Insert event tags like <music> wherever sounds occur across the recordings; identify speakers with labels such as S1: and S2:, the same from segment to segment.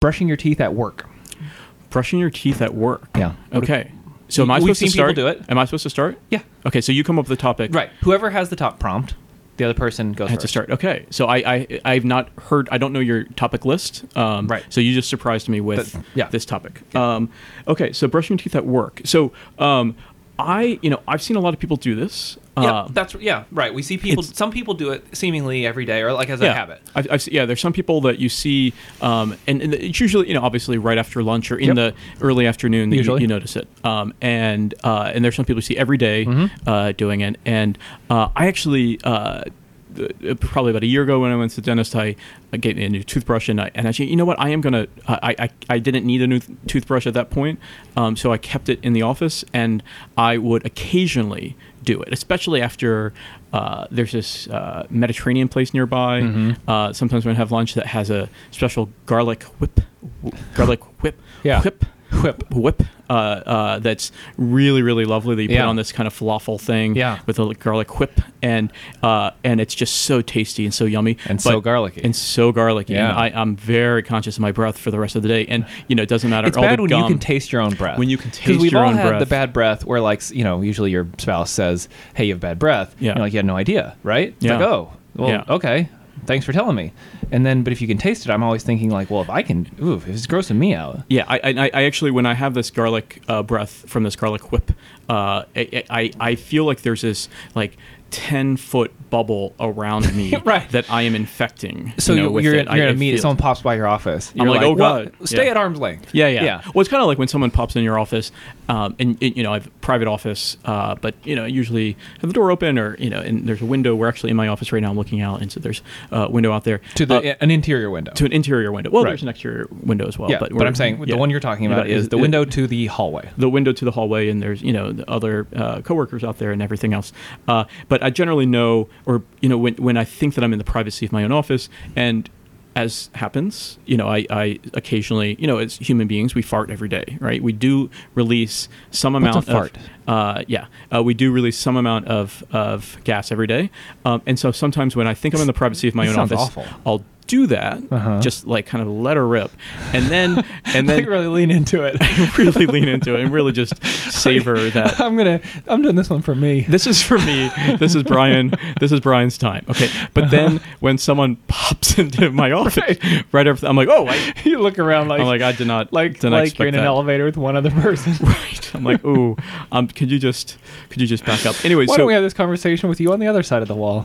S1: brushing your teeth at work.
S2: Brushing your teeth at work.
S1: Yeah.
S2: Okay. So am I
S1: We've
S2: supposed to
S1: seen people
S2: start?
S1: do it.
S2: Am I supposed to start?
S1: Yeah.
S2: Okay. So you come up with the topic.
S1: Right. Whoever has the top prompt, the other person goes
S2: I had
S1: first.
S2: to start. Okay. So I, I I've not heard. I don't know your topic list. Um,
S1: Right.
S2: So you just surprised me with
S1: That- yeah.
S2: this topic. Um, okay. So brushing your teeth at work. So um, I you know I've seen a lot of people do this.
S1: Yeah,
S2: Um,
S1: that's yeah, right. We see people.
S2: it's-
S1: Some people do it seemingly every day, or like as a habit.
S2: I've, I've, se- yeah, there's some people that you see, um, and, and it's usually, you know, obviously right after lunch or
S1: Yep.
S2: in the early afternoon that you,
S1: Usually.
S2: you notice it. Um, and uh, and there's some people you see every day, uh, doing it. And uh, I actually. Uh, th- Probably about a year ago, when I went to the dentist, I I get a new toothbrush, and I and I said, you know what, I am gonna. I I, I didn't need a new th- toothbrush at that point, um, so I kept it in the office, and I would occasionally do it, especially after uh, there's this uh, Mediterranean place nearby. Uh, sometimes when I have lunch, that has a special garlic whip, w- garlic whip,
S1: Yeah.
S2: whip,
S1: Whip.
S2: whip. Uh, uh, that's really, really lovely. That you
S1: Yeah.
S2: put on this kind of falafel thing
S1: Yeah.
S2: with a li- garlic whip, and uh, and it's just so tasty and so yummy
S1: And so garlicky.
S2: and so garlicky.
S1: Yeah.
S2: And I, I'm very conscious of my breath for the rest of the day, and you know, it doesn't matter.
S1: It's
S2: all
S1: bad
S2: the
S1: when you
S2: gum-
S1: can taste your own breath.
S2: When you can
S1: 'Cause
S2: taste
S1: we've
S2: your
S1: all
S2: own
S1: had the
S2: breath.
S1: bad breath, where like s- you know, usually your spouse says, "Hey, you have bad breath."
S2: Yeah.
S1: You're like you had no idea, right? It's
S2: Yeah.
S1: Like, oh, well,
S2: Yeah.
S1: okay. Thanks for telling me. And then, but if you can taste it, I'm always thinking like, well, if I can, ooh, if it's grossing me out.
S2: Yeah, I, I, I actually, when I have this garlic uh, breath from this garlic whip, uh, I, I, I feel like there's this like ten foot bubble around me
S1: <laughs> Right.
S2: that I am infecting.
S1: So
S2: you know,
S1: you
S2: with
S1: are
S2: it. I-
S1: you're in
S2: I
S1: a meeting.
S2: feel-
S1: Someone pops by your office. You're
S2: like, "Oh,
S1: well,
S2: God."
S1: stay
S2: Yeah.
S1: at arm's length.
S2: Yeah, yeah, Well, it's kind of like when someone pops in your office, um, and it- you know, I have a private office, uh, but you know, usually have the door open, or you know, and there's a window. We're actually in my office right now. I'm looking out, and so there's a window out there
S1: To
S2: Uh,
S1: the an interior window.
S2: to an interior window. Well,
S1: Right.
S2: there's an exterior window as well.
S1: yeah,
S2: but,
S1: but,
S2: we're-
S1: I'm saying
S2: yeah.
S1: the one you're talking about
S2: Yeah,
S1: is the
S2: it-
S1: window to the hallway.
S2: the window to the hallway, and there's you know the other uh, coworkers out there and everything else. Uh, but I generally know, or you know, when when I think that I'm in the privacy of my own office, and as happens, you know, I, I occasionally, you know, as human beings, we fart every day, right? We do release some
S1: a
S2: amount of
S1: fart?
S2: Uh, yeah, uh, we do release some amount of of gas every day, um, and so sometimes when I think I'm in the privacy of my
S1: That
S2: own
S1: sounds
S2: office,
S1: awful. Uh-huh.
S2: I'll do that, just like kind of let her rip, and then
S1: <laughs>
S2: and
S1: They
S2: then
S1: really lean into it. <laughs>
S2: <laughs> really lean into it and really just savor that.
S1: I'm gonna. I'm doing this one for me.
S2: This is for me. This is Brian. This is Brian's time. Okay,
S1: Uh-huh.
S2: but then when someone <laughs> pops into my office right, after, I'm like, oh, I,
S1: <laughs> you look around like
S2: I'm like, I did not
S1: like
S2: did not
S1: like
S2: expect
S1: you're in an
S2: that.
S1: elevator with one other person.
S2: <laughs> Right. I'm like, ooh, um, could you just could you just back up? Anyway,
S1: Why
S2: so
S1: don't we have this conversation with you on the other side of the
S2: <laughs>
S1: wall?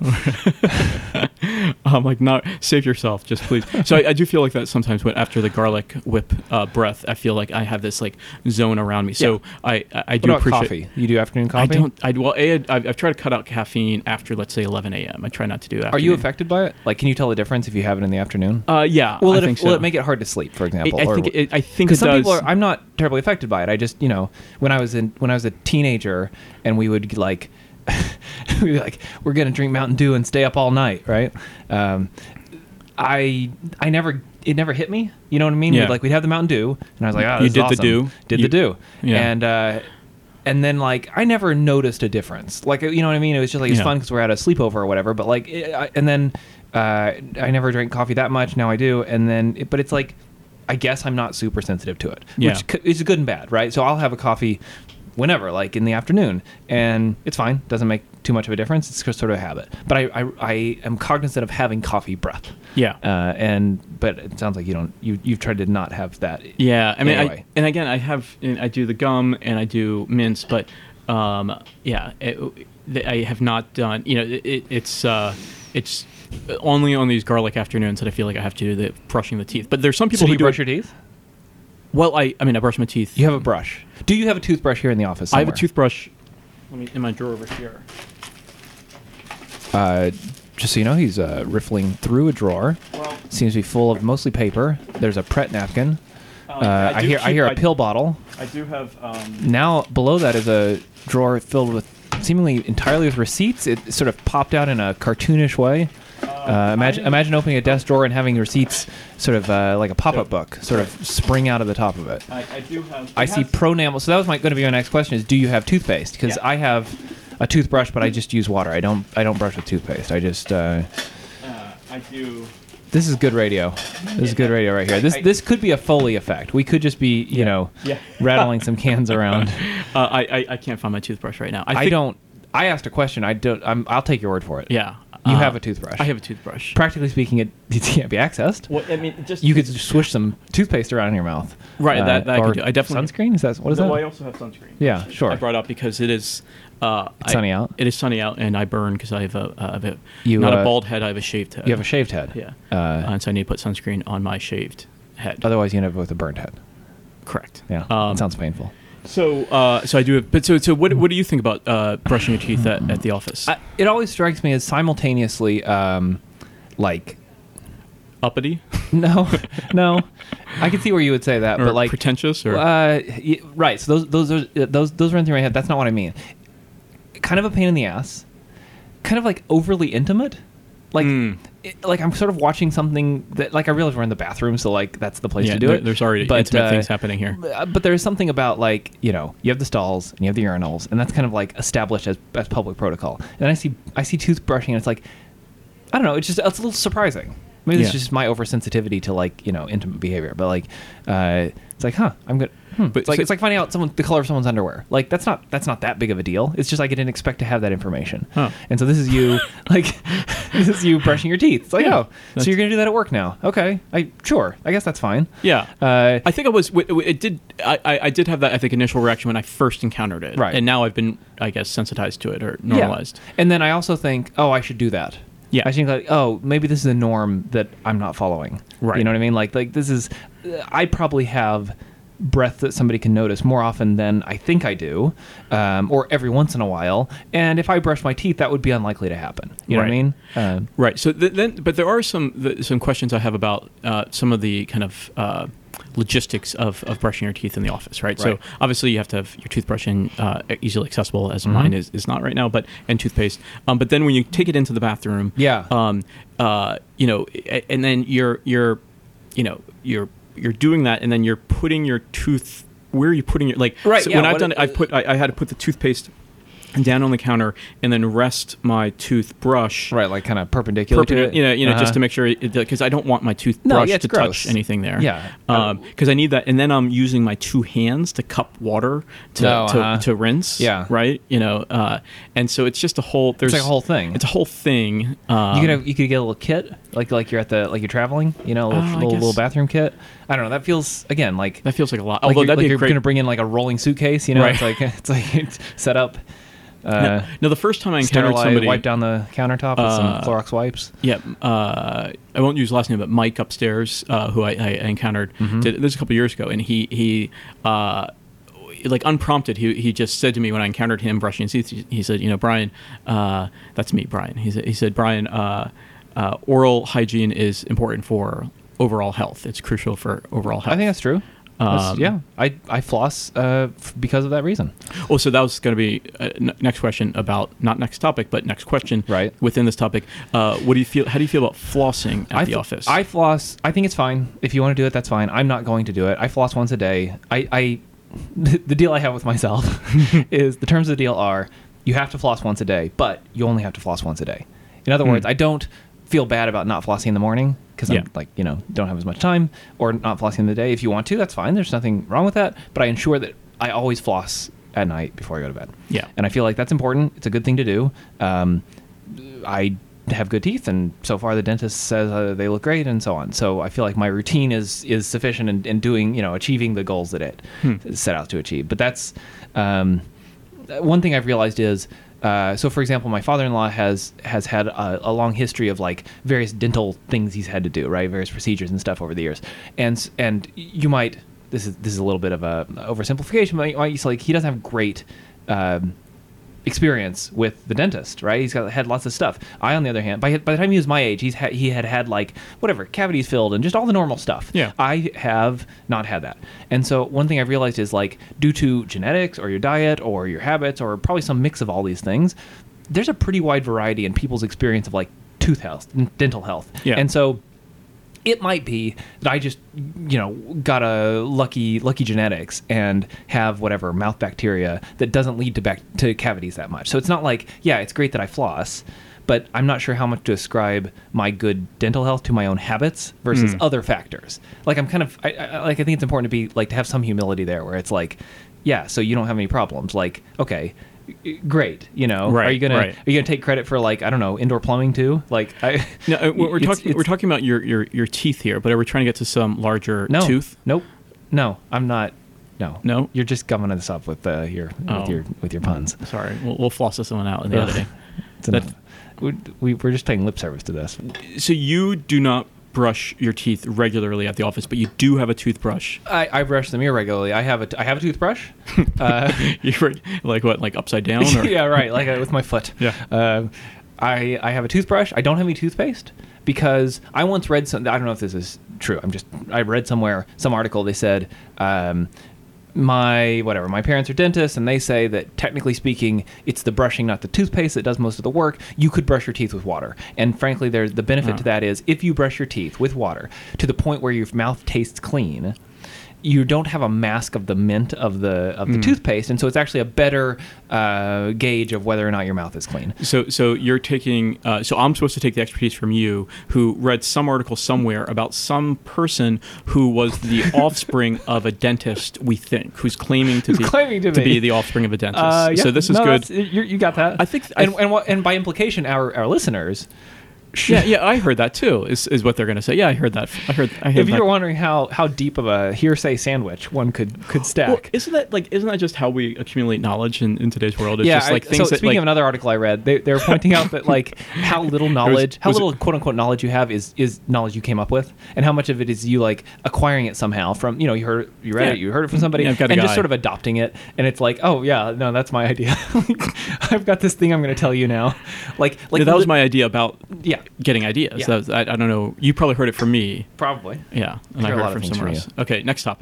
S2: I'm like, no, save yourself, just please. So I, I do feel like that sometimes. When after the garlic whip uh, breath, I feel like I have this like zone around me. So I I, I
S1: What
S2: do
S1: about
S2: appreciate.
S1: coffee? You do afternoon coffee?
S2: I don't. I well, a, I've, I've tried to cut out caffeine after, let's say, 11 a.m. I try not to do. Afternoon.
S1: Are you affected by it? Like, can you tell the difference if you have it in the afternoon?
S2: Uh, yeah.
S1: will
S2: I
S1: it
S2: think so.
S1: will it make it hard to sleep, for
S2: I-
S1: example?
S2: I
S1: or-
S2: think it, I think it
S1: because some
S2: does.
S1: people are i'm not terribly affected by it i just you know when i was in when i was a teenager and we would like <laughs> we'd be like we're gonna drink mountain dew and stay up all night right um i i never it never hit me you know what i mean
S2: Yeah.
S1: we'd, like we'd have the mountain dew and i was like oh, this
S2: You
S1: is
S2: did the
S1: awesome."
S2: dew.
S1: did
S2: You-
S1: the dew
S2: Yeah.
S1: and uh and then like I never noticed a difference. Like you know what I mean? It was just like it's
S2: Yeah.
S1: fun because we're at a sleepover or whatever. But like, it, I, and then uh, I never drank coffee that much. Now I do. And then, but it's like, I guess I'm not super sensitive to it,
S2: Yeah.
S1: which c- is good and bad, right? So I'll have a coffee whenever, like in the afternoon, and it's fine. Doesn't make too much of a difference. It's just sort of a habit. But I, I, I am cognizant of having coffee breath.
S2: Yeah.
S1: Uh, and but it sounds like you don't. You you've tried to not have that.
S2: Yeah, I mean,
S1: Anyway.
S2: I, and again, I have, and I do the gum and I do mints, but um, yeah, it, th- I have not done. You know, it, it, it's uh, it's only on these garlic afternoons that I feel like I have to do the brushing the teeth. But there's some people
S1: So do
S2: who
S1: you
S2: do
S1: brush
S2: it-
S1: your teeth?
S2: Well, I, I mean, I brush my teeth.
S1: You have a brush. Do you have a toothbrush here in the office?
S2: I have a
S1: somewhere?
S2: toothbrush. Let me in my drawer over here.
S1: Uh, just so you know, he's uh, riffling through a drawer.
S2: Well-
S1: Seems to be full of mostly paper. There's a Pret napkin. uh,
S2: Um, I
S1: I,
S2: do
S1: hear I
S2: keep-
S1: hear a
S2: I-
S1: pill bottle.
S2: I do have. Um,
S1: Now below that is a drawer filled with seemingly entirely with receipts. It sort of popped out in a cartoonish way. Uh, imagine
S2: I-
S1: imagine opening a desk drawer and having receipts, sort of uh, like a pop-up
S2: So-
S1: book, sort of spring out of the top of it.
S2: I, I do have.
S1: I see pronamel. So that was my going to be my next question: is do you have toothpaste? Because
S2: Yeah.
S1: I have a toothbrush, but I just use water. I don't I don't brush with toothpaste. I just uh,
S2: Uh, I do.
S1: this is good radio. This is good radio right here. This this could be a Foley effect. We could just be you know
S2: Yeah. <laughs>
S1: rattling some cans around.
S2: Uh, I, I I can't find my toothbrush right now. I,
S1: I,
S2: think-
S1: don't. I asked a question. I don't. I'm, I'll take your word for it.
S2: Yeah.
S1: You
S2: Uh,
S1: have a toothbrush.
S2: I have a toothbrush.
S1: Practically speaking, it, <laughs> it can't be accessed.
S2: Well, I mean, just
S1: You could just swish some toothpaste around in your mouth. Uh,
S2: Right, that- that I could
S1: or
S2: do. I definitely-
S1: sunscreen. Is that what is
S2: No, I
S1: that?
S2: also have sunscreen.
S1: Yeah, sure.
S2: I brought up because it is. Uh,
S1: It's
S2: I-
S1: sunny out?
S2: It is sunny out, and I burn because I have a, I have a
S1: You,
S2: not
S1: uh,
S2: a bald head. I have a shaved head.
S1: You have a shaved head.
S2: Yeah.
S1: Uh,
S2: and so I need to put sunscreen on my shaved head.
S1: otherwise, you end up with a burned head.
S2: Correct.
S1: Yeah.
S2: Um,
S1: it sounds painful.
S2: So, uh, so I do have. But so, so what, what do you think about uh, brushing your teeth at, at the office?
S1: I, it always strikes me as simultaneously, um, like,
S2: Uppity
S1: <laughs> no, no. I can see where you would say that,
S2: or
S1: but like,
S2: pretentious or
S1: Uh, y- right. So those those are uh, those those run through my head. That's not what I mean. Kind of a pain in the ass. Kind of like overly intimate. Like
S2: Mm.
S1: it- like I'm sort of watching something that like I realize we're in the bathroom, so like that's the place
S2: yeah.
S1: to do
S2: there-
S1: it.
S2: There's already
S1: But,
S2: intimate
S1: uh,
S2: things happening here.
S1: uh, But there's something about like you know you have the stalls and you have the urinals and that's kind of like established as, as public protocol. And I see I see toothbrushing and it's like I don't know. It's just it's a little surprising. Maybe it's
S2: Yeah.
S1: just my oversensitivity to like you know intimate behavior, but like uh, it's like huh I'm gonna. Hmm.
S2: But
S1: it's like
S2: so-
S1: it's like finding out someone the color of someone's underwear. Like that's not that's not that big of a deal. It's just like I didn't expect to have that information.
S2: Huh.
S1: And so this is
S2: <laughs>
S1: you like <laughs> this is you brushing your teeth. It's like
S2: Yeah.
S1: oh, so you're gonna do that at work now? Okay, I sure. I guess that's fine.
S2: Yeah.
S1: Uh,
S2: I think I was. w- w- It did. I, I I did have that. I think initial reaction when I first encountered it.
S1: Right.
S2: And now I've been, I guess, sensitized to it or
S1: Yeah.
S2: normalized.
S1: And then I also think, oh, I should do that.
S2: Yeah.
S1: I think like, oh, maybe this is a norm that I'm not following.
S2: Right.
S1: You know what I mean? Like, like this is, I probably have breath that somebody can notice more often than I think I do, um, or every once in a while. And if I brush my teeth, that would be unlikely to happen. You
S2: Right.
S1: know what I mean? Um,
S2: Right. So th- then, but there are some th- some questions I have about uh, some of the kind of uh, logistics of, of brushing your teeth in the office, right?
S1: Right.
S2: So obviously you have to have your toothbrush in uh, easily accessible,
S1: Mm-hmm.
S2: as mine is, is not right now, but and toothpaste. Um, but then when you take it into the bathroom,
S1: Yeah.
S2: Um, uh, you know, a- and then you're you're, you know, you're you're doing that, and then you're putting your tooth. Where are you putting your like?
S1: Right,
S2: so
S1: yeah,
S2: when I've
S1: what-
S2: done, it, I've put I, I had to put the toothpaste down on the counter and then rest my toothbrush
S1: right. Like kind of perpendicular
S2: perpendic-
S1: to it.
S2: you know, you know,
S1: Uh-huh.
S2: just to make sure, because I don't want my
S1: No,
S2: toothbrush
S1: yeah, it's
S2: to
S1: gross.
S2: touch anything there.
S1: Yeah.
S2: because I need that, and then I'm using my two hands to cup water to
S1: Oh,
S2: to,
S1: uh-huh.
S2: to rinse.
S1: Yeah.
S2: right. You know, uh, and so it's just a whole. There's
S1: like a whole thing.
S2: It's a whole thing. Um,
S1: You could have, you could get a little kit like like you're at the like you're traveling, you know, a
S2: Oh, I
S1: little, little,
S2: guess.
S1: little bathroom kit. I don't know. That feels again like
S2: that feels like a lot.
S1: Although
S2: Although
S1: like you're,
S2: that'd
S1: like
S2: be a
S1: you're
S2: great.
S1: gonna bring in like a rolling suitcase, you know?
S2: Right.
S1: It's like <laughs> it's like it's set up, uh,
S2: no, the first time I encountered
S1: sterilize,
S2: somebody,
S1: wipe down the countertop with
S2: Uh,
S1: some Clorox wipes.
S2: Yeah, uh, I won't use last name, but Mike upstairs, uh, who I, I encountered
S1: Mm-hmm.
S2: did, this was a couple years ago, and he he uh, like unprompted, he he just said to me when I encountered him brushing his teeth, he, he said, you know, Brian, uh, that's me, Brian. He said, he said, Brian, uh, uh, oral hygiene is important for overall health. It's crucial for overall health.
S1: I think that's true. That's-
S2: Um,
S1: yeah, I I floss uh, f- because of that reason.
S2: Oh, so that was going to be uh, n- next question about not next topic, but next question.
S1: Right.
S2: within this topic, uh, what do you feel? How do you feel about flossing at
S1: I
S2: the
S1: fl-
S2: office?
S1: I floss. I think it's fine. If you want to do it, that's fine. I'm not going to do it. I floss once a day. I, I <laughs> the deal I have with myself <laughs> is the terms of the deal are you have to floss once a day, but you only have to floss once a day. In other words, I don't feel bad about not flossing in the morning because
S2: Hmm. Yeah.
S1: I'm like you know don't have as much time or not flossing in the day. If you want to, that's fine. There's nothing wrong with that. But I ensure that I always floss at night before I go to bed.
S2: Yeah.
S1: and I feel like that's important. It's a good thing to do. Um, I have good teeth, and so far the dentist says uh, they look great, and so on. So I feel like my routine is is sufficient in, in doing you know achieving the goals that it set out to achieve. But that's um, one thing I've realized is. Uh, so, for example, my father-in-law has has had a, a long history of like various dental things he's had to do, right? Various procedures and stuff over the years, and s- and you might this is this is a little bit of a oversimplification, but you might- it's like he doesn't have great um, experience with the dentist, right? He's got had lots of stuff. I, on the other hand, by by the time he was my age, he's ha- he had had like whatever cavities filled and just all the normal stuff.
S2: Yeah.
S1: I have not had that, and so one thing I've realized is like due to genetics or your diet or your habits or probably some mix of all these things, there's a pretty wide variety in people's experience of like tooth health, dental health,
S2: Yeah.
S1: and so it might be that I just you know got a lucky lucky genetics and have whatever mouth bacteria that doesn't lead to back to cavities that much. So it's not like yeah, it's great that I floss, but I'm not sure how much to ascribe my good dental health to my own habits versus
S2: Hmm.
S1: other factors. Like I'm kind of I, I, like I think it's important to be like to have some humility there, where it's like, yeah, so you don't have any problems. Like okay. y- Great, you know. Are
S2: Right,
S1: you gonna
S2: right.
S1: are you gonna take credit for like I don't know indoor plumbing too? Like I
S2: No, uh, we're,
S1: <laughs>
S2: we're
S1: it's-
S2: talking
S1: it's-
S2: we're talking about your, your, your teeth here, but are we trying to get to some larger
S1: no
S2: tooth?
S1: Nope, no, I'm not. No,
S2: No?
S1: you're just gumming this up with uh, your
S2: Oh.
S1: with your with your puns.
S2: Sorry, we'll, we'll floss this one out in the
S1: Ugh.
S2: editing.
S1: It's
S2: That-
S1: enough. We, we, we're just paying lip service to this.
S2: So you do not brush your teeth regularly at the office, but you do have a toothbrush.
S1: I, I brush them irregularly. I have a, t- I have a <laughs> toothbrush.
S2: <laughs>
S1: Uh,
S2: You're like what, like upside down?
S1: <laughs>
S2: Or?
S1: yeah, right. Like uh, with my foot.
S2: Yeah.
S1: Um, I I have a toothbrush. I don't have any toothpaste because I once read some. I don't know if this is true. I'm just I read somewhere some article. They said. Um, my whatever my parents are dentists and they say that technically speaking it's the brushing not the toothpaste that does most of the work you could brush your teeth with water and frankly there's the benefit
S2: Oh.
S1: to that is if you brush your teeth with water to the point where your mouth tastes clean you don't have a mask of the mint of the of the toothpaste, and so it's actually a better uh, gauge of whether or not your mouth is clean.
S2: So, so you're taking. Uh, so I'm supposed to take the expertise from you, who read some article somewhere about some person who was the
S1: <laughs>
S2: offspring of a dentist. We think who's claiming to be
S1: claiming to be.
S2: be the offspring of a dentist.
S1: Uh, yeah.
S2: So this is
S1: No,
S2: good.
S1: that's- You, you got that.
S2: I think- I
S1: and
S2: th-
S1: and, what, and by implication, our our listeners.
S2: Yeah, yeah, I heard that too. Is, is what they're going to say? Yeah, I heard that. I heard. I
S1: <laughs>
S2: heard
S1: If
S2: that.
S1: you're wondering how, how deep of a hearsay sandwich one could could stack,
S2: Well, isn't that like isn't that just how we accumulate knowledge in, in today's world? It's just
S1: I-
S2: like things
S1: so
S2: that
S1: speaking
S2: like
S1: of another article I read, they, they're pointing out that
S2: <laughs>
S1: like how little knowledge, how
S2: was it-
S1: little quote unquote knowledge you have is is knowledge you came up with, and how much of it is you like acquiring it somehow from you know you heard you read
S2: Yeah. Mm-hmm.
S1: it, you heard it from somebody,
S2: Yeah, I've got a
S1: and just
S2: guy.
S1: sort of adopting it, and it's like oh yeah no that's my idea, <laughs> I've got this thing I'm going to tell you now, like like
S2: Yeah, that was
S1: li-
S2: my idea about
S1: yeah
S2: getting ideas.
S1: Yeah.
S2: That was, I, I don't know. You probably heard it from me.
S1: probably
S2: Yeah, and
S1: Hear a
S2: I heard
S1: lot
S2: it
S1: of
S2: from
S1: things
S2: somewhere
S1: from
S2: else. Okay, next topic.